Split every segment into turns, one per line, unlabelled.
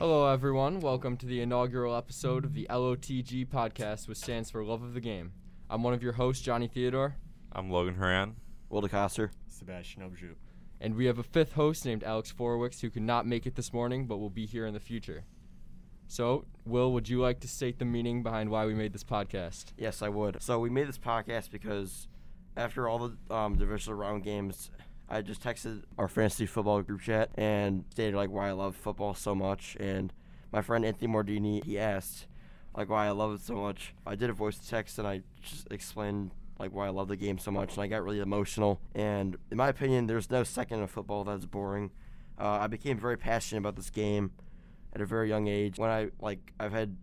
Hello, everyone. Welcome to the inaugural episode of the LOTG podcast, which stands for Love of the Game. I'm one of your hosts, Johnny Theodore,
I'm Logan Horan.
Will DeCoster.
Sebastian Obju.
and we have a fifth host named Alex Forwicks who could not make it this morning but will be here in the future. So, Will, would you like to state the meaning behind why we made this podcast?
Yes, I would. So we made this podcast because after all the um, divisional round games, I just texted our fantasy football group chat and stated like why I love football so much. And my friend Anthony Mordini, he asked like why I love it so much. I did a voice text and I just explained like why I love the game so much. And I got really emotional. And in my opinion, there's no second of football that's boring. Uh, I became very passionate about this game at a very young age. When I like, I've had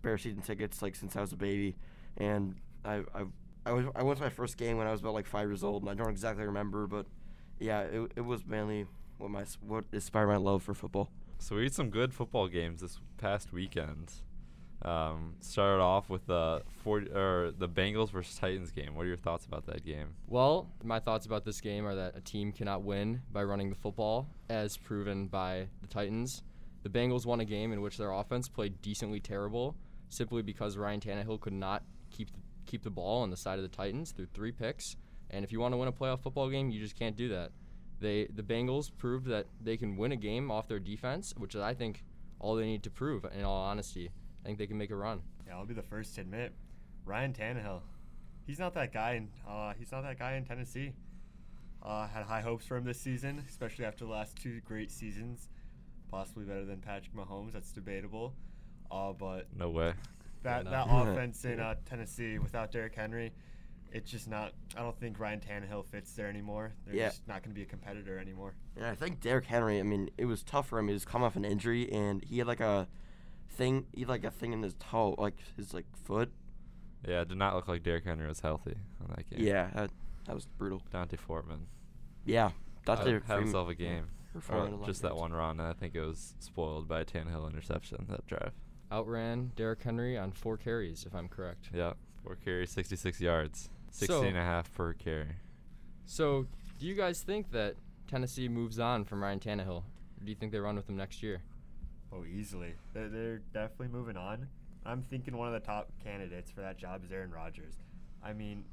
spare season tickets like since I was a baby, and I I I, was, I went to my first game when I was about like five years old, and I don't exactly remember, but yeah, it, it was mainly what my s- what inspired my love for football.
So we had some good football games this past weekend. Um, started off with the 40, or the Bengals versus Titans game. What are your thoughts about that game?
Well, my thoughts about this game are that a team cannot win by running the football, as proven by the Titans. The Bengals won a game in which their offense played decently terrible, simply because Ryan Tannehill could not keep the, keep the ball on the side of the Titans through three picks. And if you want to win a playoff football game, you just can't do that. They the Bengals proved that they can win a game off their defense, which is I think all they need to prove. In all honesty, I think they can make a run.
Yeah, I'll be the first to admit, Ryan Tannehill. He's not that guy in uh, he's not that guy in Tennessee. Uh, had high hopes for him this season, especially after the last two great seasons, possibly better than Patrick Mahomes. That's debatable. Uh, but
No way.
that
no.
that offense in uh, Tennessee without Derrick Henry, it's just not. I don't think Ryan Tannehill fits there anymore. They're
Yeah.
just not going to be a competitor anymore.
And I think Derrick Henry, I mean, it was tough for him. He was coming off an injury, and he had like a thing, he had like a thing in his toe, like his like foot.
Yeah, it did not look like Derrick Henry was healthy on that game.
Yeah, that, that was brutal.
Dante Fortman.
Yeah,
had-
Dante
had
Freeman-
himself a game.
Or
Or
Foreman, like
just that one run. and I think it was spoiled by a Tannehill interception that drive.
Outran Derrick Henry on four carries, if I'm correct.
Yeah, four carries, 66 yards, 16
So-
and a half per carry.
So, do you guys think that Tennessee moves on from Ryan Tannehill? Or do you think they run with him next year?
Oh, easily. They're, they're definitely moving on. I'm thinking one of the top candidates for that job is Aaron Rodgers. I mean,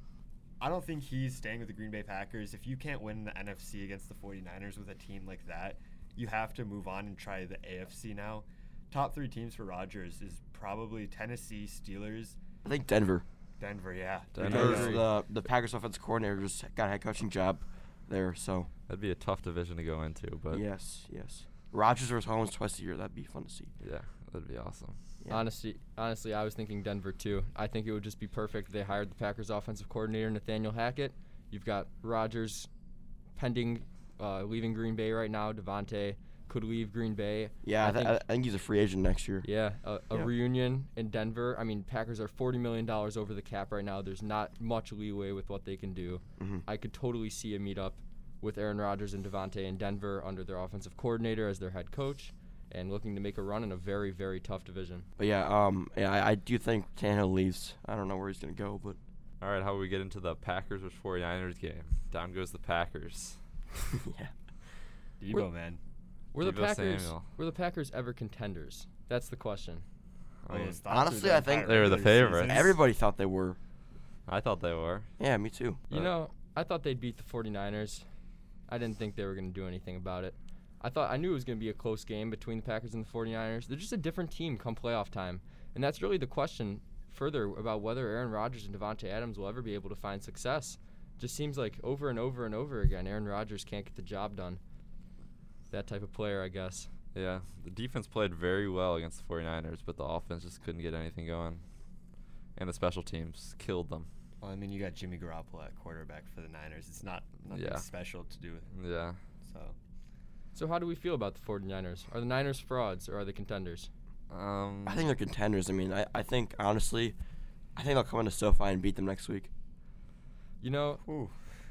I don't think he's staying with the Green Bay Packers. If you can't win the NFC against the 49ers with a team like that, you have to move on and try the AFC now. Top three teams for Rodgers is probably Tennessee, Steelers,
I think Denver.
Denver. Yeah,
Denver.
There you
Because
go.
the the Packers offensive coordinator just got a head coaching job there, so
That'd be a tough division to go into, but
yes, yes. Rogers versus Holmes twice a year. That'd be fun to see.
yeah that'd be awesome.
Yeah.
Honestly, honestly, I was thinking Denver too. I think it would just be perfect if they hired the Packers offensive coordinator Nathaniel Hackett. You've got Rodgers pending uh, leaving Green Bay right now. Devontae could leave Green Bay.
Yeah,
I
I, th-
think-
I think he's a free agent next year.
Yeah, a, a
Yeah.
reunion in Denver. I mean, Packers are forty million dollars over the cap right now. There's not much leeway with what they can do.
Mhm.
I could totally see a meetup with Aaron Rodgers and Devontae in Denver under their offensive coordinator as their head coach, and looking to make a run in a very very tough division.
But yeah, um, yeah, I, I do think Tannehill leaves. I don't know where he's gonna go, but
All right, how about we get into the Packers versus 49ers game? Down goes the Packers.
yeah,
Debo, man.
Were the
Deebo
Packers
Samuel.
were the Packers ever contenders? That's the question.
Oh,
Um,
his thoughts are
honestly,
the
I think
entire
They were the
regular
favorites.
season.
everybody thought they were.
I thought they were.
Yeah, me too.
You
Uh,
know, I thought they'd beat the 49ers. I didn't think they were going to do anything about it. I thought I knew it was going to be a close game between the Packers and the 49ers. They're just a different team come playoff time. And that's really the question further about whether Aaron Rodgers and Devontae Adams will ever be able to find success. Just seems like over and over and over again, Aaron Rodgers can't get the job done. That type of player, I guess.
Yeah, the defense played very well against the 49ers, but the offense just couldn't get anything going. And the special teams killed them.
Well, I mean, you got Jimmy Garoppolo at quarterback for the Niners. It's not nothing
Yeah.
special to do with.
Yeah.
So
So, how do we feel about the 49ers? Are the Niners frauds or are they contenders?
Um,
I think they're contenders. I mean, I, I think honestly, I think they'll come into SoFi and beat them next week.
You know,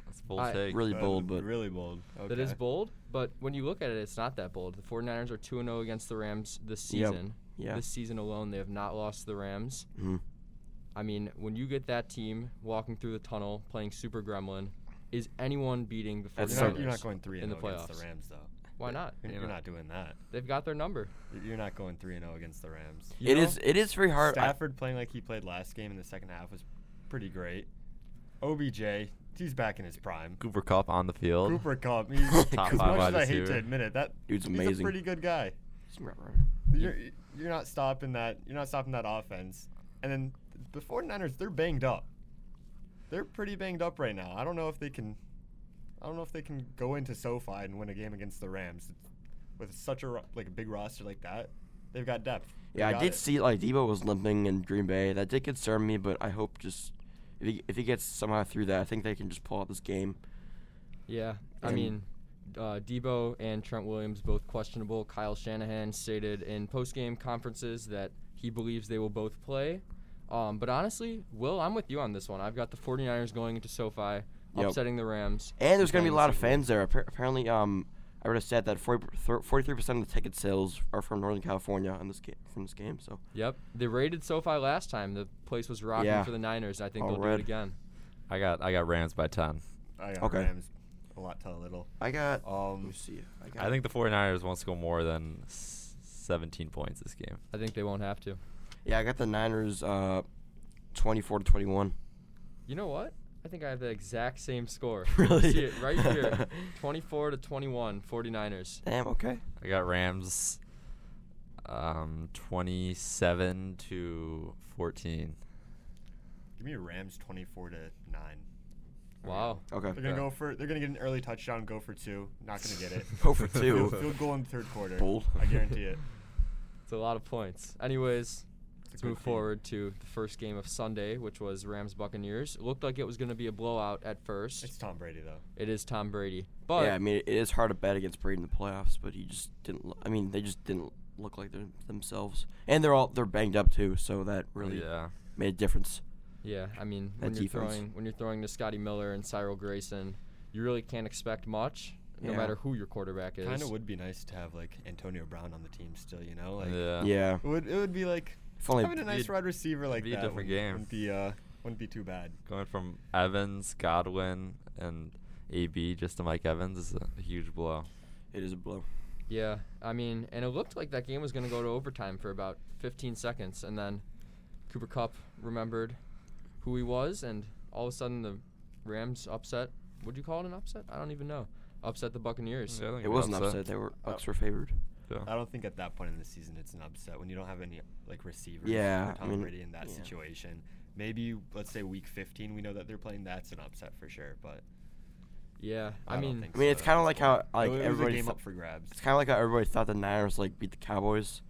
that's a bold
I-
take.
Really
Uh,
bold, but
really bold. Okay.
That is bold, but when you look at it, it's not that bold. The 49ers are 2 0 against the Rams this
Yep.
season.
yeah,
This season alone, they have not lost to the Rams.
Mhm.
I mean, when you get that team walking through the tunnel playing Super Gremlin, is anyone beating the 49ers?
That's
You're not, you're not going three
in
and
the
oh against the
playoffs.
Rams though.
Why not?
You're,
You
you're
know.
not doing that.
They've got their number.
You're- You're not going three and zero against the Rams.
You
It
know?
is. It is very hard. I-
Stafford playing like he played last game in the second half was pretty great. OBJ, he's back in his prime.
Cooper Cup on the field.
Cooper Cup, he's,
Top five
as much as
wide
I hate to
receiver.
admit it, that
Dude's
he's
amazing.
a pretty good guy. You're you're not stopping that. You're not stopping that offense. And then the 49ers, they're banged up. They're pretty banged up right now. I don't know if they can. I don't know if they can go into SoFi and win a game against the Rams with such a ro- like a big roster like that. They've got depth. They
Yeah, I
got
did
it.
see like Debo was limping in Green Bay. That did concern me, but I hope just if he if he gets somehow through that, I think they can just pull out this game.
Yeah, I
And-
mean, uh, Debo and Trent Williams both questionable. Kyle Shanahan stated in post-game conferences that he believes they will both play. Um, but honestly, Will, I'm with you on this one. I've got the 49ers going into SoFi,
Yep.
upsetting the Rams.
And there's gonna be a
playing
lot of
Super Bowl.
fans there. Appar- Apparently, um, I read a stat that 43 percent of the ticket sales are from Northern California on this game from this game. So
Yep, they raided SoFi last time. The place was rocking
Yeah.
for the Niners. I think
All
they'll do
red.
it again.
I got I got Rams by ten.
I got
Okay.
Rams a lot to a little.
I got. let
Um,
me see. I, got,
I think the 49ers won't score more than s- 17 points this game.
I think they won't have to.
Yeah, I got the Niners. Uh, 24 to 21.
You know what? I think I have the exact same score.
Really?
See it right here, 24 to 21, 49ers.
Damn. Okay.
I got Rams um 27 to 14.
Give me Rams 24 to nine.
Wow.
Okay.
They're gonna
Yeah.
go for. They're gonna get an early touchdown. Go for two. Not gonna get it.
Go Oh, for
field,
two.
field goal in the third quarter.
Bold.
I guarantee it.
It's a lot of points. Anyways,
It's a
let's
good
move
team.
forward to the first game of Sunday, which was Rams Buccaneers. It looked like it was going to be a blowout at first.
It's Tom Brady though.
it is Tom Brady, but
yeah, I mean, it is hard to bet against Brady in the playoffs, but he just didn't. lo- I mean, they just didn't look like they're themselves, and they're all they're banged up too, so that really
Yeah.
made a difference.
yeah, I mean
That
when you're
defense.
throwing when you're throwing to Scotty Miller and Cyril Grayson, you really can't expect much, no
Yeah.
matter who your quarterback is.
Kind of would be nice to have like Antonio Brown on the team still. You know, like
yeah.
yeah,
it would it would be like
if only
having a nice
a-
wide receiver like
be a
that.
different
wouldn't,
game.
Wouldn't be uh wouldn't be too bad.
Going from Evans, Godwin and AB just to Mike Evans is a huge blow.
it is a blow.
Yeah, I mean, and it looked like that game was going to go to overtime for about 15 seconds, and then Cooper Cup remembered who he was, and all of a sudden the Rams upset. Would you call it an upset? I don't even know. Upset the Buccaneers.
Yeah, I think
It
an
wasn't upset. They were Bucks were favored.
Yeah.
I don't think at that point in the season it's an upset when you don't have any like receivers.
Yeah,
for
I
Tom
mean,
Brady in that
yeah.
situation. Maybe let's say week 15, we know that they're playing. That's an upset for sure. But
Yeah, I,
I don't
mean,
think
I mean,
So
it's kind of like how like
it was
everybody.
a game
th-
up for grabs.
it's kind of like how everybody thought the Niners like beat the Cowboys,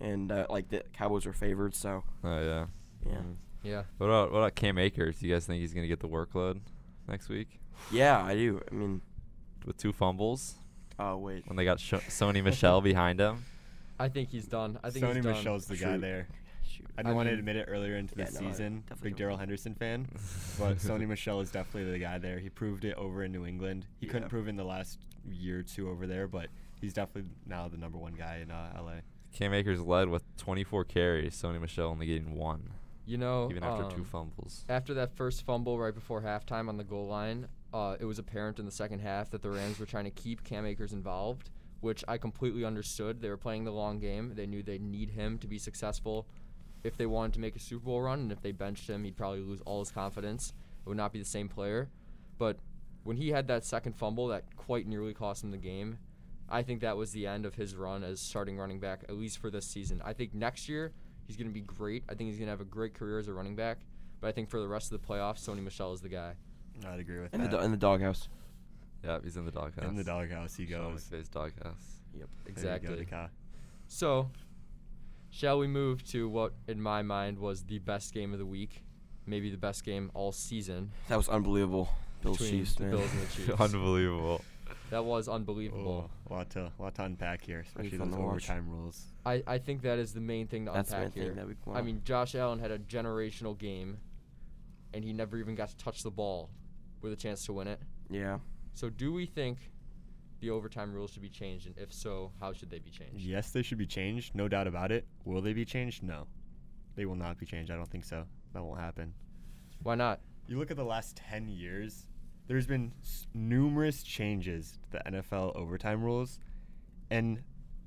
and uh, like the Cowboys were favored. So
Oh yeah.
yeah,
Mm.
yeah.
What about what about Cam Akers? Do you guys think he's going to get the workload next week
yeah, I do. I mean,
with two fumbles
oh wait,
when they got Sh- Sony Michelle behind him?
I think he's done. I think
Sony
he's done.
Michelle's the guy
Shoot.
there.
shoot.
I didn't
I
want
mean-
to admit it earlier into the
Yeah, no, I
season.
definitely
Big
don't
Daryl Henderson fan, but Sony Michelle is definitely the guy there. He proved it over in New England. He couldn't
Yeah.
prove it in the last year or two over there, but he's definitely now the number one guy in uh, LA.
Cam Akers led with 24 carries. Sony Michelle only getting one,
You know,
even after two
um,
fumbles.
After that first fumble right before halftime on the goal line, uh, it was apparent in the second half that the Rams were trying to keep Cam Akers involved, which I completely understood. They were playing the long game. They knew they'd need him to be successful if they wanted to make a Super Bowl run, and if they benched him, he'd probably lose all his confidence. It would not be the same player. But when he had that second fumble that quite nearly cost him the game, I think that was the end of his run as starting running back, at least for this season. I think next year he's going to be great. I think he's going to have a great career as a running back. But I think for the rest of the playoffs, Sony Michelle is the guy.
I'd agree with
in the
that.
do- in the doghouse.
Yeah, he's in the doghouse.
in the doghouse, he
Sean
goes.
McVay's doghouse.
There you go,
Exactly.
Dekai.
So, shall we move to what, in my mind, was the best game of the week? Maybe the best game all season.
That was unbelievable. Bills
between
Chiefs,
the
man.
Bills and the Chiefs.
Unbelievable.
That was unbelievable.
Oh, lot to lot to unpack here, especially
fun
those
to watch.
overtime rules.
I, I think that is the main thing to
That's the main
unpack here.
thing that we
I
want.
mean, Josh Allen had a generational game, and he never even got to touch the ball with a chance to win it.
yeah.
So, do we think the overtime rules should be changed? And if so, how should they be changed?
Yes, they should be changed, no doubt about it. Will they be changed? No, they will not be changed. I don't think so. That won't happen.
Why not?
You look at the last 10 years, there's been s- numerous changes to the NFL overtime rules, and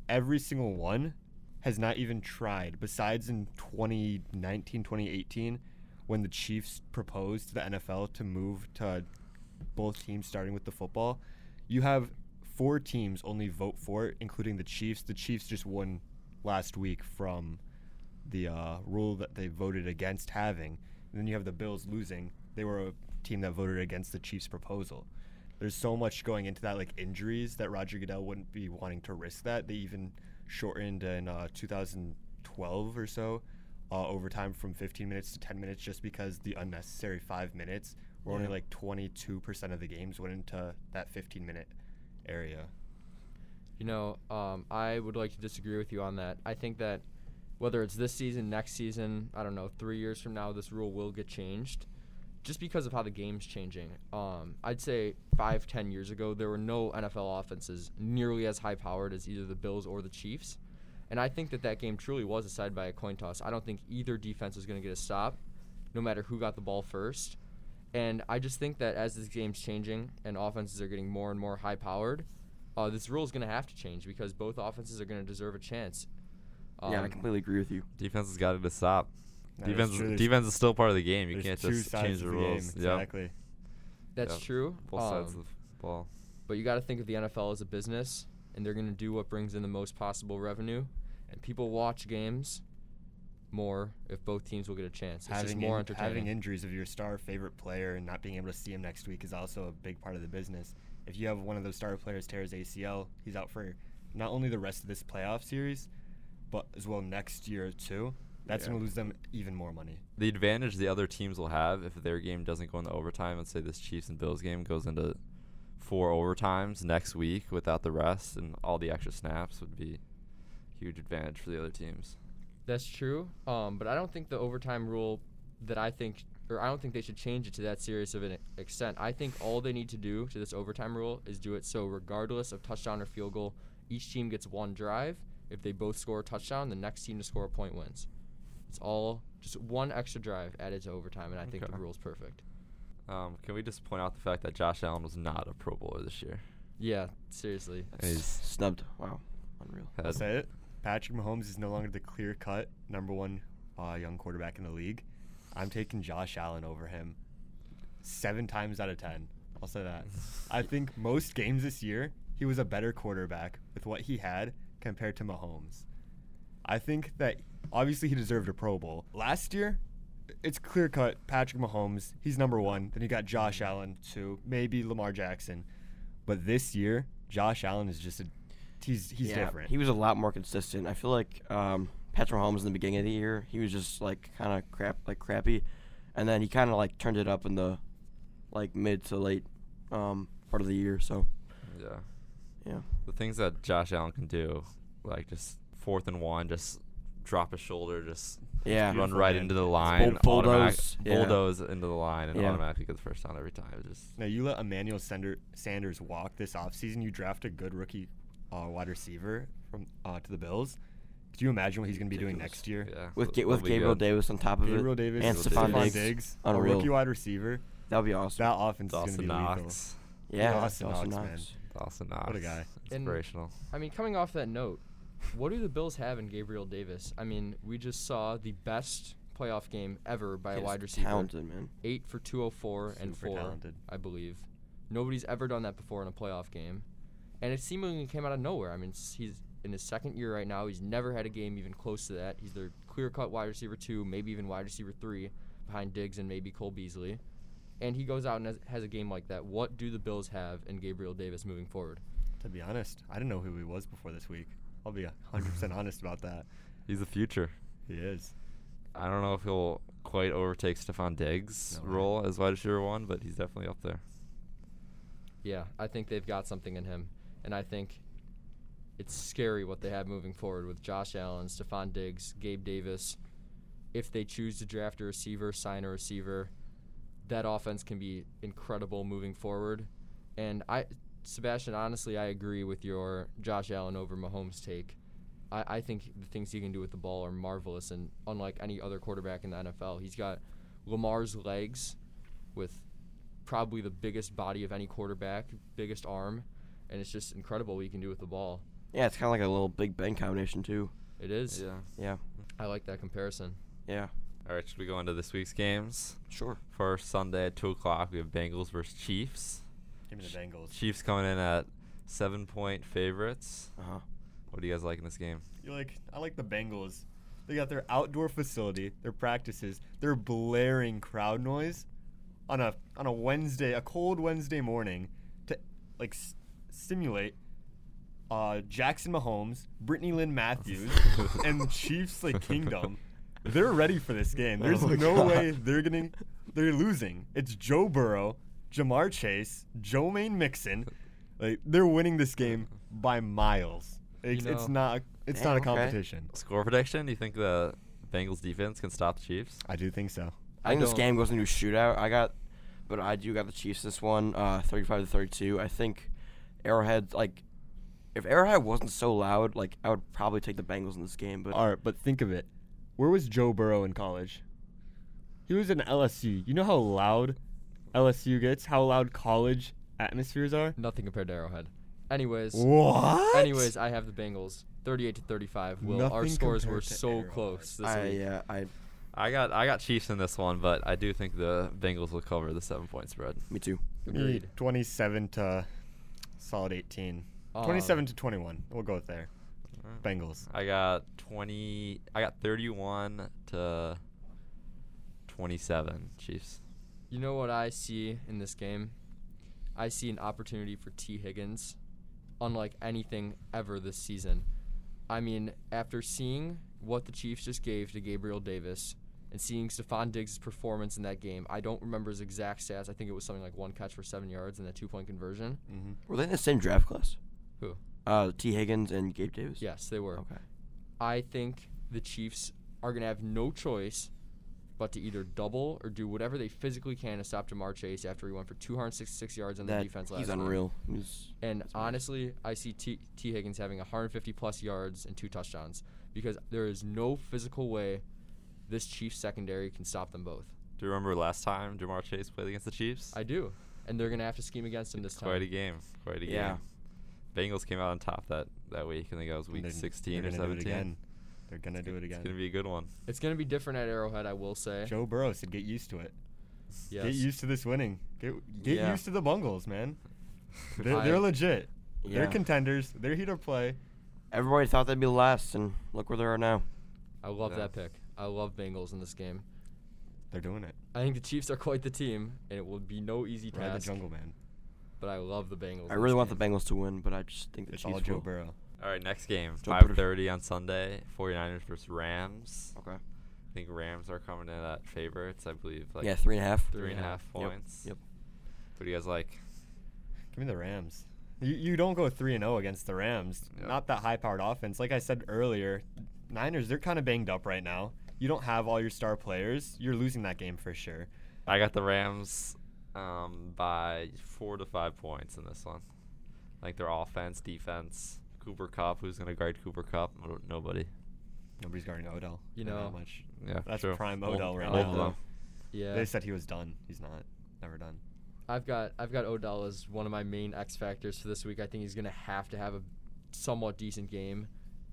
every single one has not even tried besides in 2019 2018 when the Chiefs proposed to the NFL to move to both teams starting with the football you have four teams only vote for it including the Chiefs the Chiefs just won last week from the uh, rule that they voted against having and then you have the Bills losing they were a team that voted against the Chiefs proposal there's so much going into that, like injuries, that Roger Goodell wouldn't be wanting to risk that. They even shortened in uh, 2012 or so uh, overtime from 15 minutes to 10 minutes just because the unnecessary five minutes where only
Yeah.
like 22% of the games went into that 15 minute area.
You know, um, I would like to disagree with you on that. I think that whether it's this season, next season, I don't know, three years from now, this rule will get changed just because of how the game's changing. Um, I'd say five, ten years ago, there were no NFL offenses nearly as high powered as either the Bills or the Chiefs. And I think that that game truly was decided by a coin toss. I don't think either defense was going to get a stop, no matter who got the ball first. And I just think that as this game's changing and offenses are getting more and more high powered, uh, this rule is going to have to change because both offenses are going to deserve a chance.
yeah, I
Um,
completely agree with you.
Defense has got to stop.
Now, there's
defense,
two- there's-
defense is still part of the game. You
there's
can't
two
just
sides
change
to
the
game,
rules. Yep.
Exactly.
That's
Yep.
true.
Both sides
um,
of the ball.
But you got to think of the NFL as a business, and they're going to do what brings in the most possible revenue. And people watch games more if both teams will get a chance. It's just
Having,
more
in- having
entertaining.
injuries of your star favorite player and not being able to see him next week is also a big part of the business. If you have one of those star players tear his ACL, he's out for not only the rest of this playoff series, but as well next year too. That's
Yeah.
going to lose them even more money.
the advantage the other teams will have if their game doesn't go into overtime, let's say this Chiefs and Bills game goes into four overtimes next week without the rest and all the extra snaps would be huge advantage for the other teams.
That's true. Um, but I don't think the overtime rule that I think, or I don't think they should change it to that serious of an extent. I think all they need to do to this overtime rule is do it so, regardless of touchdown or field goal, each team gets one drive. If they both score a touchdown, the next team to score a point wins. It's all just one extra drive added to overtime, and I think the
Okay.
rule's perfect.
Um, can we just point out the fact that Josh Allen was not a Pro Bowler this year?
Yeah, seriously.
He's-
Snubbed. Wow, unreal.
Had-
I'll say it. Patrick Mahomes is no longer the clear cut number one uh, young quarterback in the league. I'm taking Josh Allen over him seven times out of 10. I'll say that. I think most games this year, he was a better quarterback with what he had compared to Mahomes. I think that obviously he deserved a Pro Bowl. Last year, it's clear cut Patrick Mahomes, he's number one. Then you got Josh Allen, two, maybe Lamar Jackson. But this year, Josh Allen is just a. He's, he's
Yeah,
different.
He was a lot more consistent. I feel like um, Patrick Mahomes in the beginning of the year, he was just like kind of crap, like crappy, and then he kind of like turned it up in the like mid to late um, part of the year. So
yeah.
yeah,
the things that Josh Allen can do, like just fourth and one, just drop his shoulder, just
yeah,
run
Beautiful
right
man.
into the line,
bull-
automatic-
bulldoze, yeah.
bulldoze into the line, and
Yeah.
automatically get the first down every time. It's Just
Now you let Emmanuel Sender- Sanders walk this offseason. You draft a good rookie uh, wide receiver from uh, to the Bills. Could you imagine what he's going to be doing
ridiculous.
next year?
Yeah,
with
they'll-
Ga- with
they'll be
Gabriel
good.
Davis on top of
Gabriel
it
Davis,
and
Gabriel
Stephon
Stephon
Diggs,
Diggs.
a
unreal.
rookie wide receiver.
that would be awesome.
That offense is
Dawson
going to be lethal.
Knox.
yeah,
Dawson
Dawson
Knox,
Knox.
Dawson Knox.
What a guy.
And-
Inspirational.
I mean, coming off that note, what do the Bills have in Gabriel Davis? I mean, we just saw the best playoff game ever by a
He's
wide receiver.
talented man.
Eight for 204 and
Super
four,
talented.
I believe. Nobody's ever done that before in a playoff game. And it seemingly came out of nowhere. I mean, s- he's in his second year right now. He's never had a game even close to that. He's their clear cut wide receiver two, maybe even wide receiver three, behind Diggs and maybe Cole Beasley. And he goes out and has, has a game like that. What do the Bills have in Gabriel Davis moving forward?
To be honest, I didn't know who he was before this week. I'll be 100% honest about that.
He's the future.
He is.
I don't know if he'll quite overtake Stephon Diggs'
No way.
role as wide receiver one, but he's definitely up there.
Yeah, I think they've got something in him, and I think it's scary what they have moving forward with Josh Allen, Stephon Diggs, Gabe Davis. If they choose to draft a receiver, sign a receiver, that offense can be incredible moving forward. And I, Sebastian, honestly, I agree with your Josh Allen over Mahomes take. I, I think the things he can do with the ball are marvelous, and unlike any other quarterback in the NFL, he's got Lamar's legs with probably the biggest body of any quarterback, biggest arm, and it's just incredible what you can do with the ball.
Yeah, it's kind of like a little Big Ben combination too.
It is.
Yeah.
Yeah,
I like that comparison.
yeah,
All right, should we go into this week's games?
sure.
For Sunday at 2 o'clock, we have Bengals versus Chiefs.
Give me the Bengals.
Chiefs coming in at seven point favorites.
Uh huh.
What do you guys like in this game?
You like I like the Bengals. They got their outdoor facility, their practices, their blaring crowd noise on a on a Wednesday, a cold Wednesday morning to like s- simulate uh, Jackson Mahomes, Brittany Lynn Matthews, and the Chiefs like kingdom. They're ready for this game.
Oh
There's
my
no
God.
way they're getting they're losing. It's Joe Burrow, Jamar Chase, Jomaine Mixon. Like they're winning this game by miles. It's,
You
it's
know-
not it's
Damn,
not a
okay.
competition.
Score prediction? Do you think the Bengals defense can stop the Chiefs?
I do think so.
I think this
don't-
game goes into a shootout. I got, but I do got the Chiefs this one, uh, thirty-five to thirty-two. I think Arrowhead like, if Arrowhead wasn't so loud, like I would probably take the Bengals in this game. But
All right, but think of it. Where was Joe Burrow in college? He was in LSU. You know how loud LSU gets? How loud college atmospheres are?
Nothing compared to Arrowhead. Anyways,
What?
anyways, I have the Bengals 38 to 35. Will our
Nothing
scores
compared
were
to
so
Arrowhead.
close this
I
week.
yeah I
I got I got Chiefs in this one, but I do think the Bengals will cover the seven point spread.
me too.
Agreed.
27 to solid 18.
Um,
27 to 21. We'll go with there. Bengals.
uh, I got twenty. I got thirty-one to twenty-seven Chiefs.
You know what I see in this game? I see an opportunity for T. Higgins, unlike anything ever this season. I mean, after seeing what the Chiefs just gave to Gabriel Davis and seeing Stephon Diggs' performance in that game, I don't remember his exact stats. I think it was something like one catch for seven yards and a two point conversion.
Mm-hmm.
Were they in the same draft class?
Who?
Uh, T. Higgins and Gabe Davis.
Yes, they were.
Okay.
I think the Chiefs are going to have no choice but to either double or do whatever they physically can to stop Jamar Chase after he went for 266 yards on the
That-
defense last
he's
week.
unreal. He's-
And
That's amazing.
honestly, I see T, T. Higgins having 150 plus yards and two touchdowns because there is no physical way this Chiefs secondary can stop them both.
Do you remember last time Jamar Chase played against the Chiefs?
I do, and they're gonna have to scheme against him this time.
Quite a game. Quite a
Yeah.
game. Bengals came out on top that that week. I think that was week 16 or 17.
Do it again. They're going to do it
It's gonna
again.
be a good one.
It's gonna be different at Arrowhead, I will say.
Joe Burrow said get used to it.
Yes.
Get used to this winning. Get, get
Yeah.
used to the Bungles, man. They're,
I-
they're legit.
Yeah.
They're contenders. They're here to play.
Everybody thought they'd be last, and look where they are now.
I love
Yeah.
that pick. I love Bengals in this game.
They're doing it.
I think the Chiefs are quite the team, and it will be no easy
Ride the
task.
jungle, man.
But I love the Bengals.
I
in
really
this
want the
game.
Bengals to win, but I just think the
It's
Chiefs
all Joe
will.
Burrow.
All right, next game,
Joe Burrow.
5:30 on Sunday. 49ers versus Rams.
Okay.
I think Rams are coming in at favorites. I believe like
yeah, three and a half.
three and a half
Yep,
points.
Yep.
What do you guys like?
Give me the Rams. You, you don't go 3 and 0 against the Rams.
Yeah.
Not that high powered offense. Like I said earlier, Niners, they're kind of banged up right now. You don't have all your star players. You're losing that game for sure.
I got the Rams um, by four to five points in this one. Like their offense, defense, Cooper Cup. Who's gonna guard Cooper Cup? No- Nobody.
Nobody's guarding Odell.
You
Not
know.
much.
Yeah,
That's
true.
prime
Both-
Odell right
both
now.
of them.
Yeah.
They said he was done. He's not. Never done.
I've got I've got Odell as one of my main X factors for this week. I think he's gonna have to have a somewhat decent game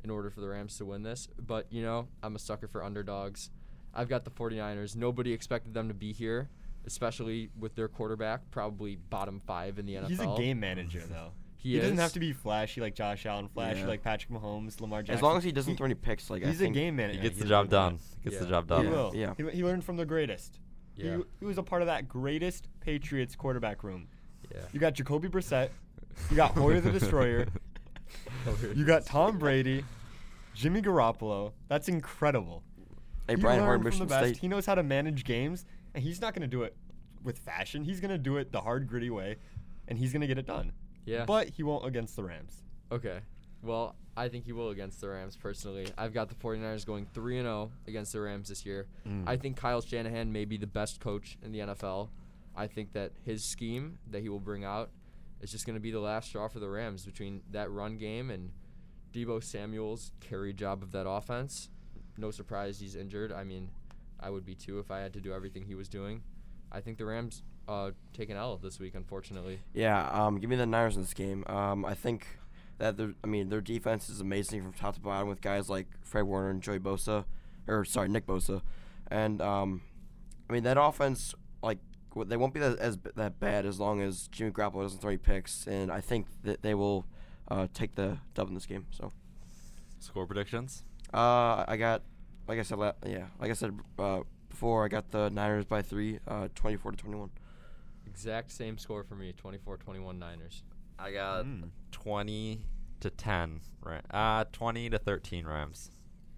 in order for the Rams to win this. But you know, I'm a sucker for underdogs. I've got the 49ers. Nobody expected them to be here, especially with their quarterback, probably bottom five in the NFL.
He's a game manager, though.
He,
doesn't
is.
have to be flashy like Josh Allen, flashy
Yeah.
like Patrick Mahomes, Lamar Jackson.
As long as he doesn't throw any picks, like I
he's a
think
game
He
manager.
gets the
He's
job
good at
done.
it.
He gets the
Yeah.
job
He
done.
will.
Yeah.
He, he learned from the greatest.
Yeah.
He, he was a part of that greatest Patriots quarterback room. You
yeah.
got Jacoby Brissett. You got Hoyer the Destroyer. You got Tom Brady, Jimmy Garoppolo. That's incredible.
Hey,
he
Brian Hoyer,
learned from the
Michigan
best.
State.
He knows how to manage games, and he's not going to do it with fashion. He's going to do it the hard, gritty way, and he's going to get it done.
Yeah.
But he won't against the Rams.
Okay. Well, I think he will against the Rams personally. I've got the 49ers going 3 and 0 against the Rams this year. I think Kyle Shanahan may be the best coach in the NFL. I think that his scheme that he will bring out is just going to be the last straw for the Rams between that run game and Debo Samuel's carry job of that offense. No surprise he's injured. I mean, I would be too if I had to do everything he was doing. I think the Rams uh, take an L this week, unfortunately.
Yeah, um, give me the Niners in this game. Um, I think that their I mean their defense is amazing from top to bottom with guys like Fred Warner and Joey Bosa, or sorry Nick Bosa, and um, I mean that offense like w- they won't be that, as b- that bad as long as Jimmy Garoppolo doesn't throw any picks, and I think that they will uh, take the dub in this game. So
Score predictions.
uh, I got like I said la- yeah like I said uh, before I got the Niners by three, uh, 24 to 21.
Exact same score for me 24 21 Niners.
I got
Mm.
twenty to ten. Right. Uh twenty to thirteen Rams.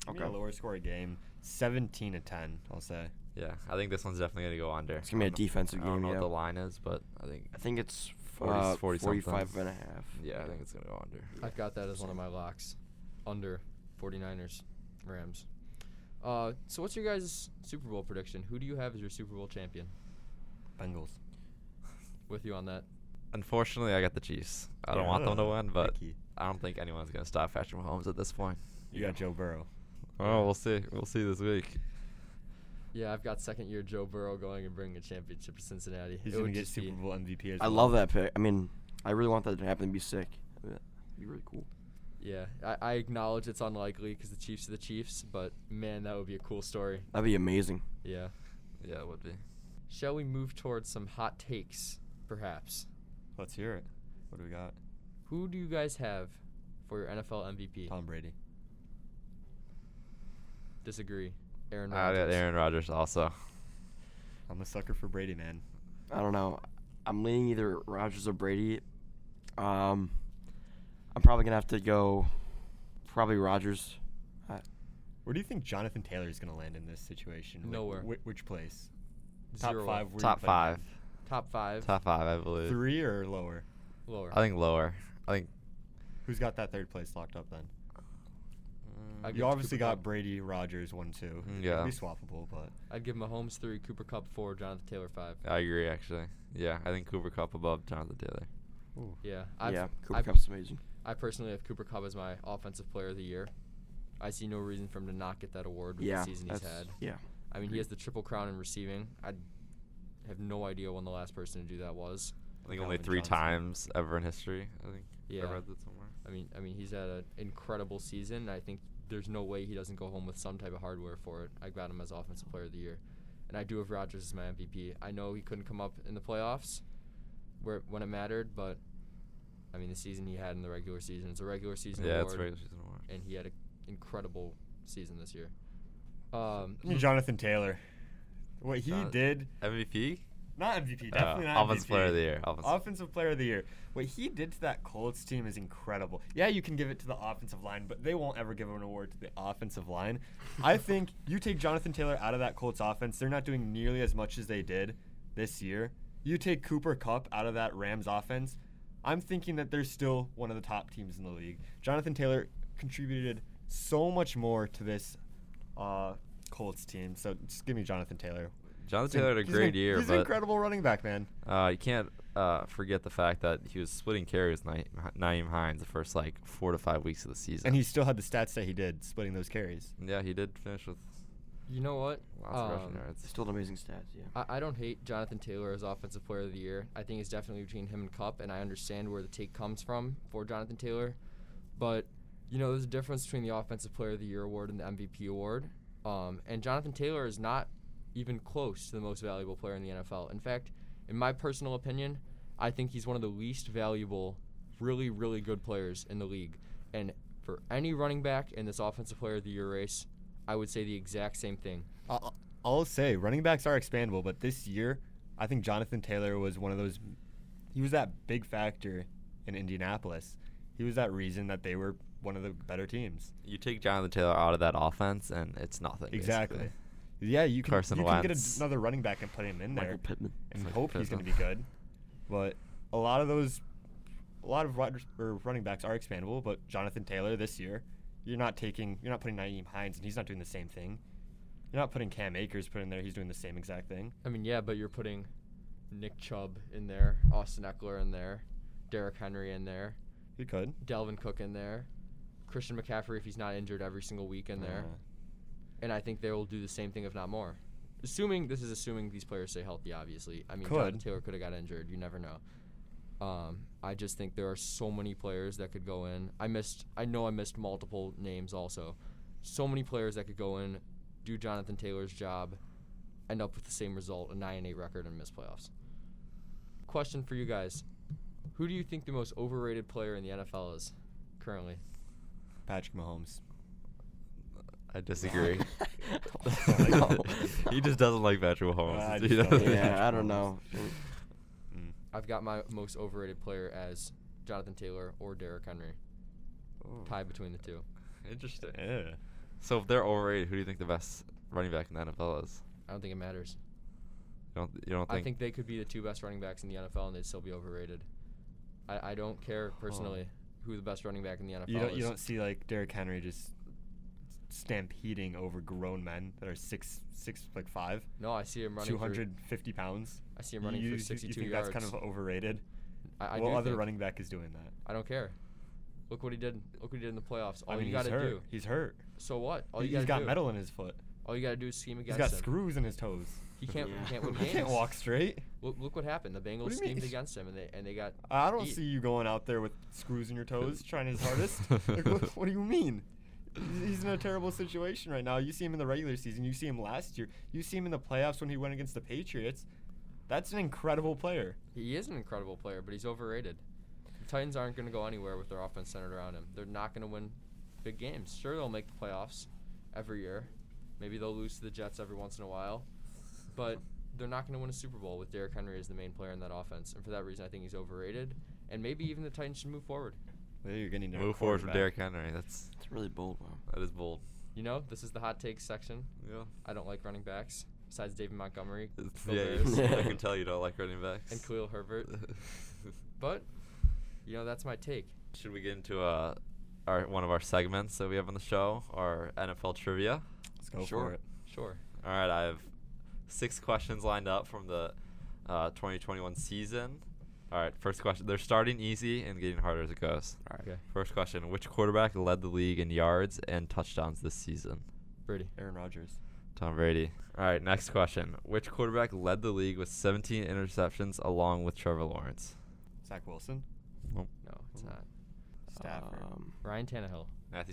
Give me a
Okay.
lower score game, seventeen to ten. I'll say.
Yeah, I think this one's definitely gonna go under.
It's gonna be a
I don't know-
defensive
I don't
game.
know
yeah.
what the line is, but I think
I think it's
40
uh,
40 something.
45 and a half.
yeah, I think it's gonna go under.
I've got that as one of my locks. Under 49ers, Rams. Uh, so what's your guys' Super Bowl prediction? Who do you have as your Super Bowl champion?
Bengals.
With you on that.
Unfortunately, I got the Chiefs. I don't
Yeah,
want them to
know.
win, but
Tricky.
I don't think anyone's gonna stop Patrick Mahomes at this point.
you got Joe Burrow.
Oh, we'll see. We'll see this week.
Yeah, I've got second year Joe Burrow going and bringing a championship to Cincinnati.
He's
It
gonna
would
get
just
Super
be-
Bowl MVP as
I
well.
love that pick. I mean, I really want that to happen. It'd be sick. It'd be really cool.
Yeah, I, I acknowledge it's unlikely because the Chiefs are the Chiefs, but man, that would be a cool story.
That'd be amazing.
Yeah.
Yeah, it would be.
Shall we move towards some hot takes, perhaps?
Let's hear it. What do we got?
Who do you guys have for your NFL MVP?
Tom Brady.
Disagree. Aaron
I got
Rodgers.
Aaron Rodgers also.
I'm a sucker for Brady, man.
I don't know. I'm leaning either Rogers or Brady. Um, I'm probably gonna have to go. Probably Rogers. I,
Where do you think Jonathan Taylor is going to land in this situation? Like,
Nowhere.
whi- which place?
Zero.
Top five. where you
Top
put him
five.
Top five.
Top five, I
in?
believe.
Three or lower?
Lower.
I think lower. I think.
Who's got that third place locked up then?
I
You
give
obviously
Cooper
got
Cup.
Brady, Rogers, one, two.
Mm,
It'd
yeah.
be swappable, but
I'd give Mahomes three, Cooper Cup four, Jonathan Taylor five.
I agree, actually. Yeah, I think Cooper Cup above Jonathan Taylor.
Yeah. I've,
yeah, Cooper
I've-
Cup's amazing.
I personally have Cooper Cup as my offensive player of the year. I see no reason for him to not get that award with
Yeah,
the season he's
that's-
had.
yeah.
I mean, he has the triple crown in receiving. I have no idea when the last person to do that was.
I think only
Calvin
three
Johnson.
times ever in history. I think. I
Yeah.
read that somewhere.
I mean, I mean, he's had an incredible season. and I think there's no way he doesn't go home with some type of hardware for it. I got him as offensive player of the year, and I do have Rodgers as my MVP. I know he couldn't come up in the playoffs, where when it mattered, but I mean, the season he had in the regular season, it's a regular season
yeah, it's
award,
regular season award.
and he had an incrable season this year. Um,
Jonathan Taylor. What he
Jon-
did,
MVP?
not MVP,
Uh,
definitely not
offensive
MVP.
player of the year. Offensive.
Offensive player of the year. What he did to that Colts team is incredible. Yeah, you can give it to the offensive line, but they won't ever give an award to the offensive line. I think you take Jonathan Taylor out of that Colts offense, they're not doing nearly as much as they did this year. You take Cooper Cup out of that Rams offense, I'm thinking that they're still one of the top teams in the league. Jonathan Taylor contributed so much more to this uh, Colts team. So just give me Jonathan Taylor.
Jonathan Taylor had a
He's an-
great year,
He's an
but
incredible running back, man.
uh, you can't uh, forget the fact that he was splitting carries with Na- Naeem Hines the first like four to five weeks of the season.
And he still had the stats that he did, splitting those carries.
yeah, he did finish with
you know what?
lots of rushing
Um,
yards.
Still an amazing stats. Yeah.
I, I don't hate Jonathan Taylor as offensive player of the year. I think it's definitely between him and Cup, and I understand where the take comes from for Jonathan Taylor. But you know, there's a difference between the offensive player of the year award and the MVP award. Um, and Jonathan Taylor is not even close to the most valuable player in the NFL. In fact, in my personal opinion, I think he's one of the least valuable, really, really good players in the league. And for any running back in this offensive player of the year race, I would say the exact same thing.
I'll, I'll say running backs are expandable, but this year, I think Jonathan Taylor was one of those. He was that big factor in Indianapolis. He was that reason that they were one of the better teams.
You take Jonathan Taylor out of that offense, and it's nothing.
Exactly.
basically.
Yeah, you can,
Carson
you can get
Wentz.
another running back and put him in
Michael
there
Pittman.
and
Michael
hope he's going to be
Pittman.
good. But a lot of those, a lot of run, or running backs are expandable. But Jonathan Taylor this year, you're not taking, you're not putting Naeem Hines, and he's not doing the same thing. You're not putting Cam Akers put in there; he's doing the same exact thing.
I mean, yeah, but you're putting Nick Chubb in there, Austin Eckler in there, Derrick Henry in there,
You could.
Delvin Cook in there, Christian McCaffrey if he's not injured every single week in there, and I think they will do the same thing if not more. Assuming this is assuming these players stay healthy, obviously. I mean, Jonathan
Could.
Taylor could have got injured. You never know. Um, I just think there are so many players that could go in. I missed. I know I missed multiple names also. So many players that could go in, do Jonathan Taylor's job, end up with the same result, a nine and eight record, and miss playoffs. Question for you guys: Who do you think the most overrated player in the NFL is currently?
Patrick Mahomes.
I disagree.
No.
he just doesn't like Patrick
I
Mahomes.
just
He
don't
doesn't-
like
yeah, I don't know.
Mm.
I've got my most overrated player as Jonathan Taylor or Derrick Henry.
Oh.
Tie between the two.
Interesting.
Yeah.
So if they're overrated, who do you think the best running back in the NFL is?
I don't think it matters.
You don't, you don't
I
think?
think they could be the two best running backs in the NFL and they'd still be overrated. I, I don't care personally who the best running back in the NFL
Oh. You don't
is.
you don't see like Derrick Henry just stampeding over grown men that are six six like five,
no, I see him running.
two
for-
hundred fifty pounds.
I see him running
you,
for
you-
62
you think
yards.
That's kind of overrated.
I, I
what
do
other
think-
running back is doing that?
I don't care. Look what he did. Look what he did in the playoffs. All
I mean,
you
he's
got to
hurt.
do.
He's hurt.
So what? All
He-
you
he's
gotta
got
do.
metal in his foot.
All you got to do is scheme
He's
against
got
him.
screws in his toes.
He can't.
Yeah.
He can't win
He
games.
He can't walk straight.
Look, look what happened. The
What
Bengals
do you mean?
schemed against him, and they and they got.
I don't
beat.
see you going out there with screws in your toes trying his hardest. Like, what, what do you mean? He's- He's in a terrible situation right now. You see him in the regular season. You see him last year. You see him in the playoffs when he went against the Patriots. That's an incredible player.
He is an incredible player, but he's overrated. The Titans aren't going to go anywhere with their offense centered around him. They're not going to win big games. Sure, they'll make the playoffs every year. Maybe they'll lose to the Jets every once in a while, but they're not going to win a Super Bowl with Derrick Henry as the main player in that offense. And for that reason, I think he's overrated. And maybe even the Titans should move forward.
Well, You're getting
Move forward with Derrick Henry. That's
It's really bold, man.
that is bold.
You know, this is the hot takes section.
Yeah.
I don't like running backs besides David Montgomery, Go
Yeah, you-
Bears,
I can tell you don't like running backs.
and Khalil Herbert, but you know that's my take.
Should we get into uh, our one of our segments that we have on the show, our NFL trivia?
Let's go
Sure.
for it.
Sure.
All right, I have six questions lined up from the uh, 2021 season. All right, first question. They're starting easy and getting harder as it goes.
All right.
Okay.
First question: Which quarterback led the league in yards and touchdowns this season?
Brady.
Aaron Rodgers.
Tom Brady. All right, next question. Which quarterback led the league with 17 interceptions along with Trevor Lawrence?
Zach Wilson.
No, it's not.
Stafford.
Um,
Ryan Tannehill.
Matthew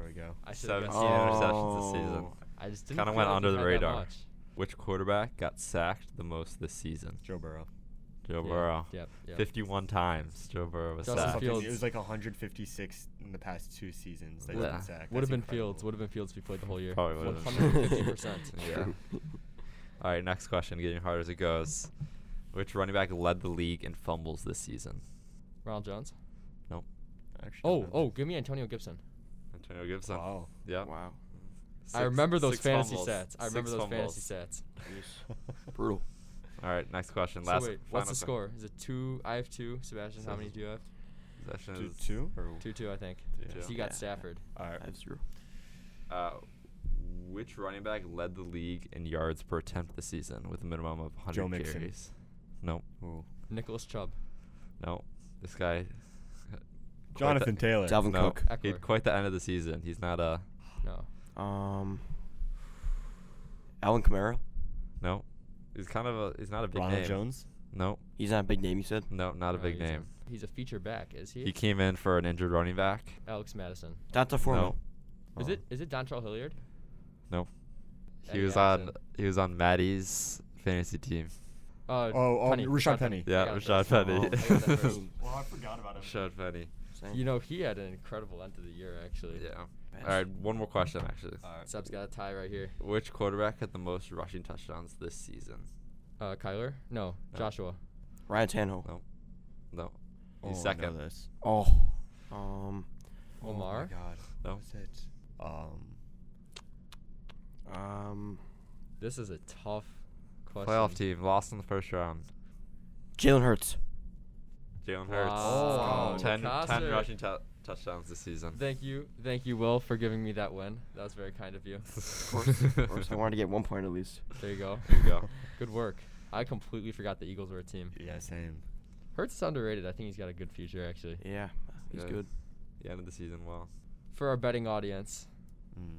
Stafford.
There we go.
I should have
17
guessed
Oh.
interceptions this season.
Oh.
I just didn't
Kinda
feel
went
like
under
he
the
had that
radar.
much.
Which quarterback got sacked the most this season?
Joe Burrow.
Joe
Yeah,
Burrow.
Yep. yep.
51 times Joe Burrow was
Justin
sacked.
Fields.
It was like 156 in the past two seasons. That he's
Yeah.
been sacked.
Would have
That's
been
incredible.
Fields. Would have been Fields if he played the whole year.
Probably would've been.
150%.
Yeah. All right, next question, getting harder as it goes. Which running back led the league in fumbles this season?
Ronald Jones.
I actually
Oh,
don't know.
oh, give me Antonio Gibson.
Antonio Gibson.
Wow.
Yeah.
Wow.
I
Six-
remember those
six
fantasy
fumbles.
stats. I remember
Six
those
fumbles.
fantasy stats.
Brutal.
All right, next question.
So
Last
wait,
final
what's the
que-
score? Is it two? I have two. Sebastian, how
Seven.
many do you have?
Possession
Two,
is-
two? Or
Two, two, I think.
Two,
So
two.
you got
Yeah.
Stafford.
All right.
I have zero.
Uh, which running back led the league in yards per attempt this season with a minimum of 100
Joe Mixon.
carries? No,
Ooh.
Nicholas Chubb.
no. This guy. quite the-
Jonathan Taylor.
Dalvin
no,
Cook.
he-
Eckler.
quite the end of the season. He's not a
No.
Um, Alan Kamara.
no. He's kind of a. He's not a big
Ronald
name.
Jones.
No,
He's not a big name. You said.
no, not a
No,
big
he's
name.
He's a feature back, is he?
He came in for an injured running back.
Alex Madison.
Dante Foreman.
No,
Is
Oh.
it is it Dontrell Hilliard?
no. He
Eddie
was on.
Jackson.
He was on Maddie's fantasy team.
Uh,
Oh, oh, Rashad Penny.
Yeah,
I got it
Rashad
first.
Penny.
I got that first.
Well, I forgot about
Rashad Penny.
Same.
You know, he had an incredible end to the year, actually.
Yeah.
Best.
All right, one more question actually.
Sub's got a tie right here.
Which quarterback had the most rushing touchdowns this season?
Uh, Kyler? No,
No.
Joshua.
Ryan Tannehill.
No. No.
Oh, I
He's
know
second.
this.
Oh. Um.
Omar?
Oh my God.
No.
What was it? Um.
Um.
This is a tough question.
Playoff team lost in the first round.
Jalen Hurts.
Jalen Hurts.
Wow.
Oh,
Ten- ten
Kasser.
rushing tou- touchdowns this season.
Thank you. Thank you, Will, for giving me that win. That was very kind of you.
Of course. of course. I wanted to get one point at least.
There you go.
There you go.
Good work. I completely forgot the Eagles were a team.
Yeah, same.
Hurts is underrated. I think he's got a good future, actually.
Yeah. He's
Yeah.
good.
The end of the season, well.
For our betting audience,
Mm.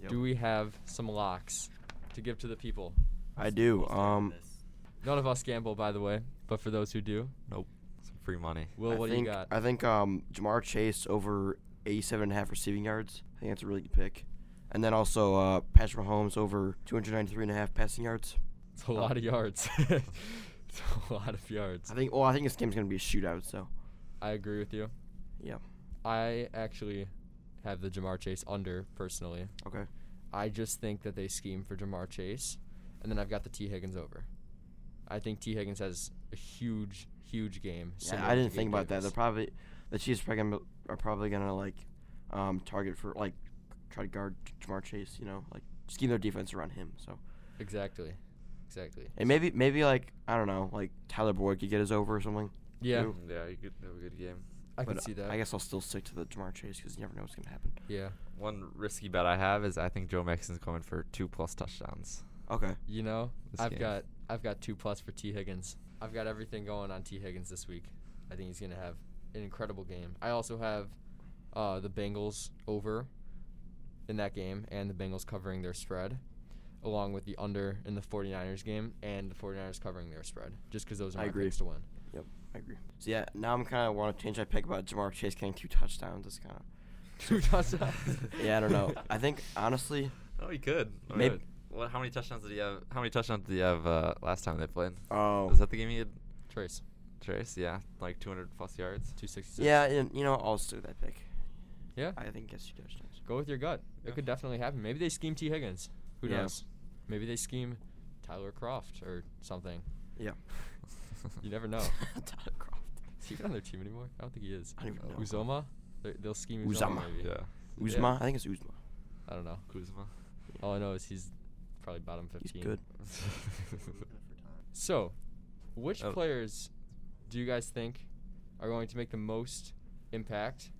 Yep.
do we have some locks to give to the people?
I do. Um.
None of us gamble, by the way, but for those who do,
Nope. Some free money.
Will,
I
what
think,
do you got?
I think um, Jamar Chase over 87 and a half receiving yards. I think that's a really good pick. And then also uh, Patrick Mahomes over 293 and a half passing yards.
It's a lot of yards. it's a lot of yards.
I think. Well, I think this game's gonna be a shootout. So
I agree with you.
yeah.
I actually have the Jamar Chase under personally.
Okay.
I just think that they scheme for Jamar Chase, and then I've got the T Higgins over. I think T Higgins has a huge, huge game.
Yeah,
similar
I
to
didn't think
Gabe
about that. They're
Davis.
probably the Chiefs probably gonna, are probably gonna like um, target for like try to guard Jamar Chase. You know, like scheme their defense around him. So
Exactly, exactly.
and maybe maybe like I don't know like Tyler Boyd could get us over or something.
Yeah,
Ooh.
Yeah, you could have a good game.
I can
But
see that.
I guess I'll still stick to the Jamar Chase because you never know what's gonna happen.
yeah,
One risky bet I have is I think Joe Mixon's coming for two plus touchdowns.
Okay.
you know,
This
I've
game.
got I've got two plus for T Higgins. I've got everything going on T Higgins this week. I think he's gonna have an incredible game. I also have uh, the Bengals over in that game and the Bengals covering their spread, along with the under in the 49ers game and the 49ers covering their spread. Just because those are
I
my
agree.
picks to win.
Yep. I agree. So yeah, now I'm kind of want to change my pick about Jamar Chase getting two touchdowns. It's kind of
Two touchdowns.
yeah. I don't know. I think honestly,
Oh, he could. I
Mayb-
mean, What? How many touchdowns did he have? How many touchdowns did he have uh, last time they played?
Oh.
was that the game he had?
Trace,
Trace, yeah, like 200 plus yards.
266.
yeah. And, you know, I'll stick with that pick.
Yeah.
I think gets two touchdowns.
Go with your gut.
Yeah.
It could definitely happen. Maybe they scheme T. Higgins. Who
Yeah.
knows? Maybe they scheme Tyler Croft or something.
Yeah.
You never know.
Tyler Croft.
Is he even on their team anymore? I don't think he is.
I don't even know.
Uzoma? They- They'll scheme Uzoma.
Uzama.
maybe.
yeah,
Uzma.
Yeah.
I think it's Uzma.
I don't know.
Kuzma.
All I know is he's probably bottom
He's
15.
good.
So, which
Oh.
players do you guys think are going to make the most impact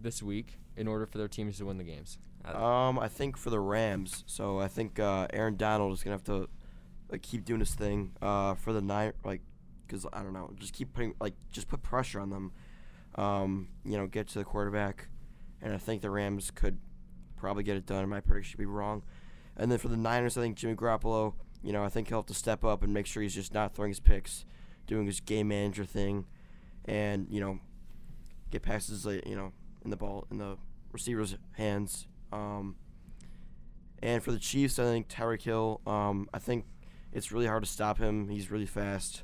this week in order for their teams to win the games?
I-
Um, I think for the Rams. So I think uh, Aaron Donald is gonna have to like keep doing his thing. Uh, for the nine, like, cause I don't know, just keep putting like just put pressure on them. Um, you know, get to the quarterback, and I think the Rams could probably get it done. My prediction should be wrong. And then for the Niners, I think Jimmy Garoppolo. You know, I think he'll have to step up and make sure he's just not throwing his picks, doing his game manager thing, and you know, get passes like, you know in the ball in the receiver's hands. Um, and for the Chiefs, I think Tyreek Hill. Um, I think it's really hard to stop him. He's really fast.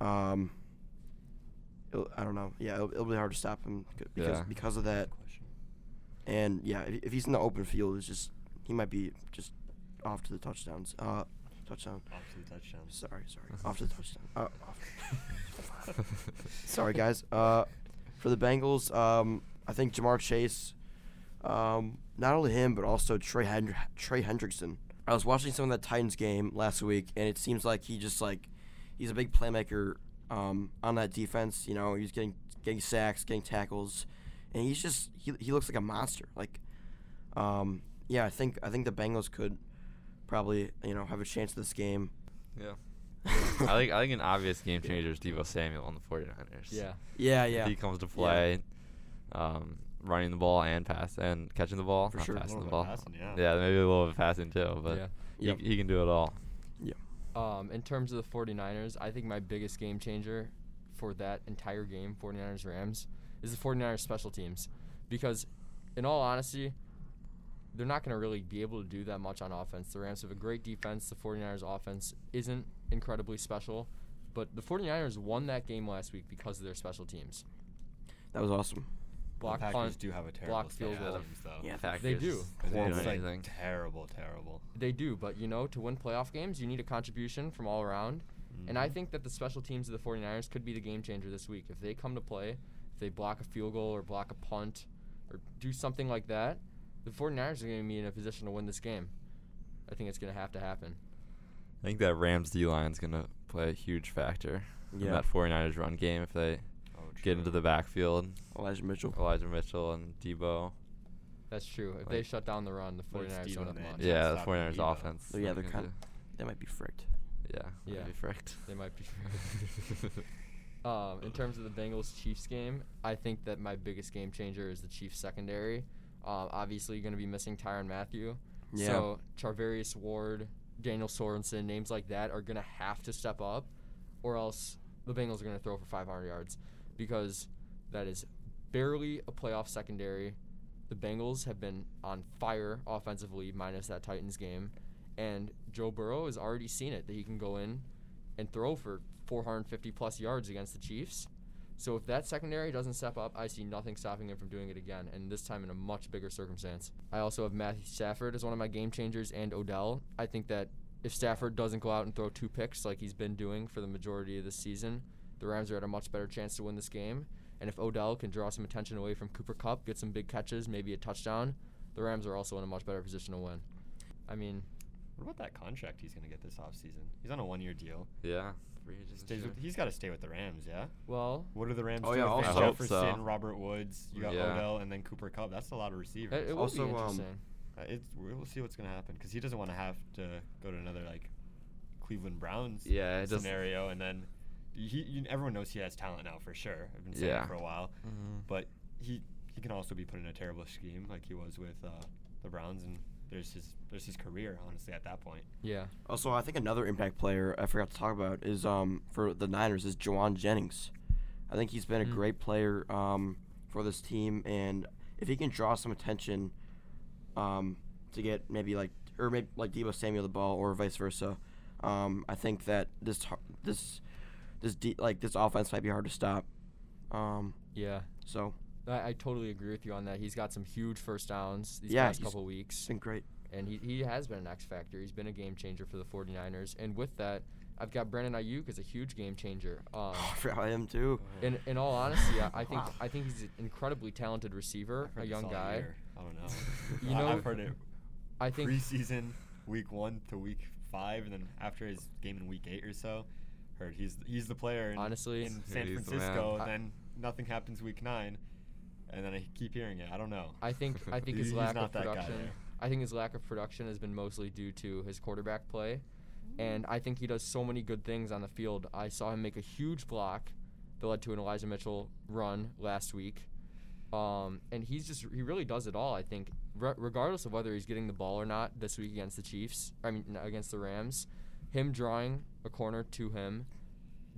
Um, it'll- I don't know. Yeah, it'll, it'll be hard to stop him c- because
Yeah.
because of that. And yeah, if, if he's in the open field, it's just he might be just off to the touchdowns. Uh, touchdown.
Off to the touchdown.
Sorry, sorry. Off to the touchdown. Uh, off. sorry, guys. Uh, for the Bengals, um, I think Jamar Chase, um, not only him but also Trey Hendr- Trey Hendrickson. I was watching some of that Titans game last week, and it seems like he just like he's a big playmaker um, on that defense. You know, he's getting getting sacks, getting tackles, and he's just he, he looks like a monster. Like, um, yeah, I think I think the Bengals could probably you know have a chance this game.
yeah. I think I think an obvious game changer is Devo Samuel on the 49ers.
Yeah.
Yeah,
If
yeah.
He comes to play, um, running the ball and pass and catching the ball.
For
Not
sure.
Passing the
Little bit
ball.
passing, yeah.
maybe a little bit of passing too, but
Yeah.
he,
Yep.
he can do it all.
Yeah.
Um, in terms of the 49ers, I think my biggest game changer for that entire game, 49ers Rams, is the 49ers special teams. Because, in all honesty, they're not going to really be able to do that much on offense. The Rams have a great defense. The 49ers offense isn't incredibly special. But the 49ers won that game last week because of their special teams.
That was awesome.
Block
the Packers
punt.
do have a terrible
block field
special
goal.
teams, though.
Yeah,
They do.
It's
Horrible
like
anything.
terrible, terrible.
They do, but you know, to win playoff games, you need a contribution from all around. And I
Mm-hmm.
Mhm.
think that the special teams of the 49ers could be the game changer this week. If they come to play, if they block a field goal or block a punt or do something like that, the 49ers are going to be in a position to win this game. I think it's going to have to happen.
I think that Rams D line's gonna play a huge factor in
Yeah.
that 49ers run game if they
Oh,
get
true.
into the backfield.
Elijah Mitchell.
Elijah Mitchell and Debo.
That's true. If they
Like-
shut down the run, the
But it's
49ers don't
Debo,
have
man.
much.
Yeah,
Yeah, the
stop
49ers
Debo.
offense.
So, yeah,
not
they're
gonna
kind
do-
That might be fricked.
Yeah,
Yeah.
yeah. Be fricked.
They might be. Um, in terms of the Bengals Chiefs game, I think that my biggest game changer is the Chiefs secondary. Um, obviously, you're going to be missing Tyron Matthew.
Yeah.
So Charvarius Ward, Daniel Sorensen, names like that are going to have to step up, or else the Bengals are going to throw for 500 yards because that is barely a playoff secondary. The Bengals have been on fire offensively, minus that Titans game. And Joe Burrow has already seen it that he can go in and throw for 450 plus yards against the Chiefs. So if that secondary doesn't step up, I see nothing stopping him from doing it again, and this time in a much bigger circumstance. I also have Matthew Stafford as one of my game changers and Odell. I think that if Stafford doesn't go out and throw two picks like he's been doing for the majority of the season, the Rams are at a much better chance to win this game. And if Odell can draw some attention away from Cooper Cup, get some big catches, maybe a touchdown, the Rams are also in a much better position to win. I mean,
What about that contract he's going to get this offseason? He's on a one year deal.
Yeah. Free agent this
Stays
year.
with, he's got to stay with the Rams, yeah?
well,
What are the Rams
Oh,
doing?
yeah,
Van
also- I hope so.
Jefferson, Robert Woods, you got
Yeah.
Odell, and then Cooper Cup. That's a lot of
it,
receivers.
it will
Also,
be
um,
interesting.
Uh, it's, we'll see what's going to happen because he doesn't want to have to go to another like Cleveland Browns
Yeah, it doesn't-
scenario, and then he, you, everyone knows he has talent now for sure. I've been saying
Yeah.
it for a while,
Mm-hmm.
Mhm.
but he he can also be put in a terrible scheme like he was with uh, the Browns, and there's his there's his career honestly at that point.
yeah.
Also, I think another impact player I forgot to talk about is um for the Niners is Jawan Jennings. I think he's been a
Mm.
great player um for this team, and if he can draw some attention, um to get maybe like or maybe like Debo Samuel the ball or vice versa, um I think that this har- this this de- like this offense might be hard to stop. Um,
Yeah.
so
I, I totally agree with you on that. He's got some huge first downs these
Yeah,
past
he's-
couple
it's
weeks.
been great.
and he, he has been an X factor. He's been a game changer for the 49ers. And with that, I've got Brandon Ayuk as a huge game changer. Um,
I forgot about him too.
in, in all honesty, I, I think
Wow.
I think he's an incredibly talented receiver,
I've heard
a
this
young
all
guy.
year. I don't know.
You
I-
know-
Oh, I've heard it
I think
preseason week one to week five, and then after his game in week eight or so, heard he's he's the player. In,
Honestly,
in San
He's the man.
Francisco,
I-
and then nothing happens week nine, and then I keep hearing it. I don't know.
I think I think
He-
his
he's
lack
not
of
that guy
production.
there.
I think his lack of production has been mostly due to his quarterback play, and I think he does so many good things on the field. I saw him make a huge block that led to an Elijah Mitchell run last week, um, and he's just he really does it all. I think Re- regardless of whether he's getting the ball or not this week against the Chiefs, I mean n- against the Rams, him drawing a corner to him.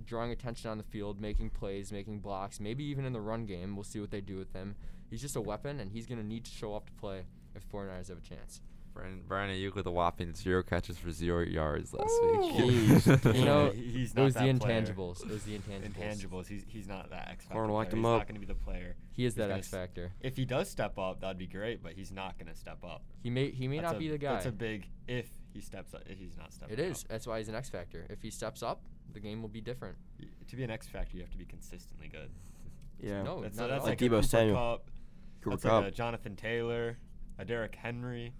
Drawing attention on the field, making plays, making blocks, maybe even in the run game. We'll see what they do with him. He's just a weapon, and he's going to need to show up to play if the 49ers have a chance.
Brian, Brian Ayuk with a whopping zero catches for zero yards last
Jeez.
week.
You know,
He- he's
it
not
was the
that player.
intangibles. It was the intangibles.
Intangibles. He's he's not that X factor.
Horn
player.
locked
He's
him
not
up.
going to be the player.
He is
He's
that
gonna
X
s-
factor.
If he does step up, that'd be great. But he's not going to step up.
He may he may
That's
not
a-
be the guy.
That's a oh. big if he steps up. If he's not stepping
It
up.
is. That's why he's an X factor. If he steps up, the game will be different.
Y- To be an X factor, you have to be consistently good.
Yeah,
Oh, No,
That's,
not at
that's
all.
Like
like, a
Debo
Cooper
Samuel.
Cup,
Cooper
That's
Kupp.
like a Jonathan Taylor, a Derrick Henry,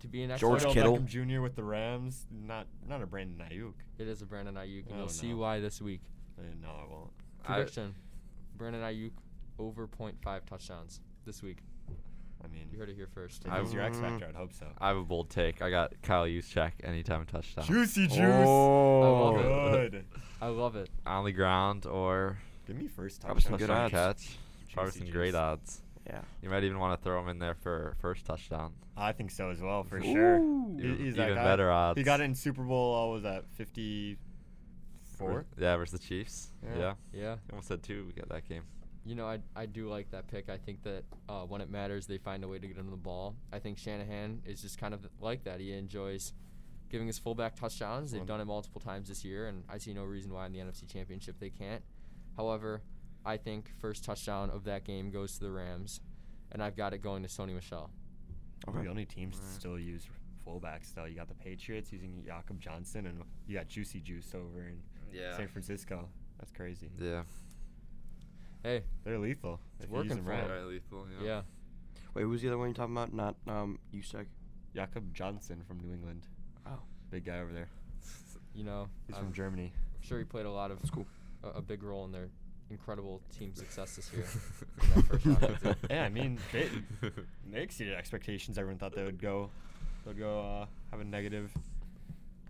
to be an X
George
factor.
Odell
Kittle.
Beckham Jr. with the Rams. Not not a Brandon Ayuk.
It is a Brandon Ayuk, and
I
you'll
don't
see
know.
why this week.
Uh, No, Oh, I won't.
I,
Prediction: Brandon Ayuk over 0.5 touchdowns this week.
I mean,
You heard it here first.
if
I
he's your X
w-
factor, I'd hope so.
I have a bold take. I got Kyle Juszczyk anytime touchdown.
Juicy juice.
I love
it.
Oh,
Good.
I love it.
On the ground or
Give me first
Probably some
touchdown.
good
touchdown
odds.
catch. Probably
Juicy
some great
juice.
odds.
yeah.
You might even want to throw him in there for first touchdown.
I think so as well, for
Ooh.
sure. He-
Even-
he's that
even
guy.
better odds.
He got in Super Bowl. Uh, what was that 54?
Yeah, versus the Chiefs.
Yeah.
Yeah.
Yeah.
Almost said two. We got that game.
You know, I, I do like that pick. I think that uh, when it matters, they find a way to get him the ball. I think Shanahan is just kind of like that. He enjoys giving his fullback touchdowns. They've
Well-
done it multiple times this year, and I see no reason why in the NFC Championship they can't. However, I think first touchdown of that game goes to the Rams, and I've got it going to Sony Michelle.
The only teams that
Alright.
still use fullbacks though. You got the Patriots using Jakob Johnson, and you got Juicy Juice over in
Yeah.
San Francisco. That's crazy.
Yeah.
Hey,
They're lethal.
It's
if you use
working
them
for
right.
him.
Alright, lethal.
yeah.
Wait, who's the other one you're talking about? Not um, Usek.
Jakob Johnson from New England.
Oh.
Big guy over there.
you know,
He's
I'm
from Germany.
sure he played a lot of
That's cool.
a, a big role in their incredible team success this year. in that first round.
Yeah, I mean, they, they exceeded expectations. Everyone thought they would go, they'd go uh, have a negative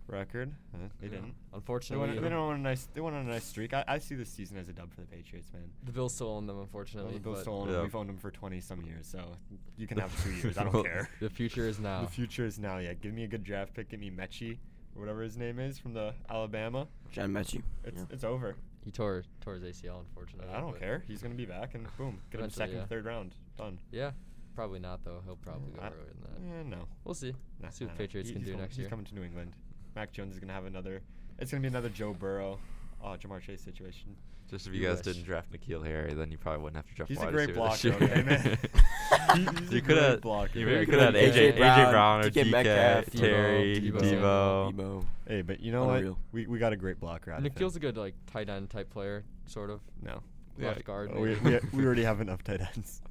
record. Uh, they
Yeah.
didn't. They
Unfortunately,
went, they don't want a nice. They went on a nice streak. I, I see this season as a dub for the Patriots, man.
the Bills still own them,
Well,
unfortunately.
the Bills
but-
still own 'em.
Yeah.
We've owned them for twenty some years, so you can have two years. I don't care.
The future is now.
The future is now. Yeah, give me a good draft pick. Give me Mechie or whatever his name is from the Alabama.
John Mechie.
It's
Yeah.
it's over.
He tore tore his ACL, unfortunately.
I don't
but-
care. He's gonna be back, and boom, get him
Eventually,
second,
yeah.
third round, done.
Yeah, probably not though. He'll probably go
I-
earlier than that.
Eh, no,
We'll see.
Nah,
See what
nah, nah.
Patriots
He-
can
he's
do
coming-
next
he's
year.
coming to New England. Mac Jones is gonna have another. It's gonna be another Joe Burrow, uh, Jamar Chase situation.
Just if you
You
guys
wish.
didn't draft Nikhil Harry, then you probably wouldn't have to draft.
He's a
wide
great
receiver this
blocker,
year.
okay, man? He- he's a
you
great
could have.
blocker.
You maybe
Yeah,
could have
good
AJ,
AJ
AJ Brown or
DK
DK,
Metcalf,
Debo,
Terry,
Debo.
Debo.
Debo.
Hey, but you know what?
Unreal.
We, we got a great blocker out
Nikhil's
of
a good like tight end type player, sort of.
him. No.
Yeah,
Left guard.
Oh, we,
maybe.
we, we already have enough tight ends.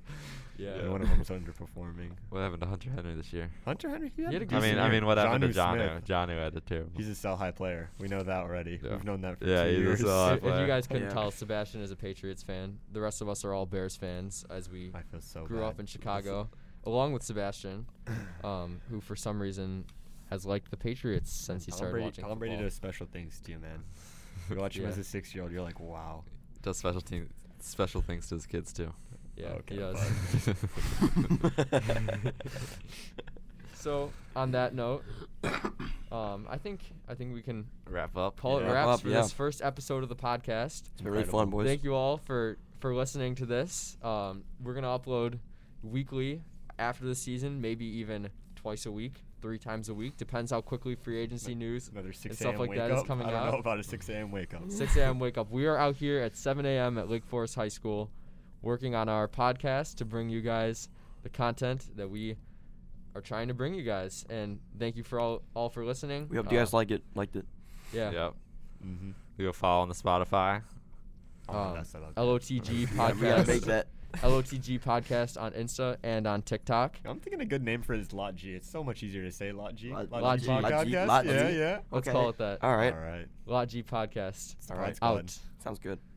yeah.
And one of them's underperforming.
What happened to Hunter Henry this year?
Hunter Henry, he had
He had
a
a
I
Decent
mean, I
year.
mean, what happened to
Jonnu
Johnu?
Smith,
Johnu had it too.
He's a sell high player. We know that already.
Yeah.
We've known that for
Yeah,
two
he's a
years.
sell-high
If, if
player.
you guys couldn't
Yeah.
tell, Sebastian is a Patriots fan. The rest of us are all Bears fans, as we
I feel so
grew
bad.
up in Chicago, along with Sebastian, um, who for some reason has liked the Patriots since he
Tom
started
Brady,
watching.
Tom Brady
football.
does special things to you, man. You watch him
Yeah.
as a six-year-old, you're like, wow.
does special team special things to his kids too.
Yeah,
Okay,
he does. so on that note, um, I think I think we can
Wrap up.
call
Yeah.
it wraps
Up,
for
yeah.
this first episode of the podcast.
It's been really fun, boys.
Thank you all for for listening to this. Um, we're gonna upload weekly after the season, maybe even twice a week, three times a week. Depends how quickly free agency news
Another 6
stuff
a.m.
like
wake
that is
up.
coming
I don't
out.
know about a 6 a.m. wake up.
6 a.m. wake up. We are out here at 7 a.m. at Lake Forest High School working on our podcast to bring you guys the content that we are trying to bring you guys. And thank you for all, all for listening.
We hope you
Uh,
guys liked it. Liked it.
Yeah.
Yep.
Mm-hmm.
We go follow on the Spotify.
Oh,
Um, LOTG
Yeah, we gotta
podcast.
make that.
LOTG podcast on Insta and on TikTok.
I'm thinking a good name for it is Lot G. It's so much easier to say Lot G.
Lot-
Lot G.
Pod-
Lot G.
Podcast.
Lot G.
Yeah, yeah.
Let's
Okay. Uh,
call it that.
All right.
All right.
Lot G podcast.
All
All
right.
right.
Out.
Sounds good.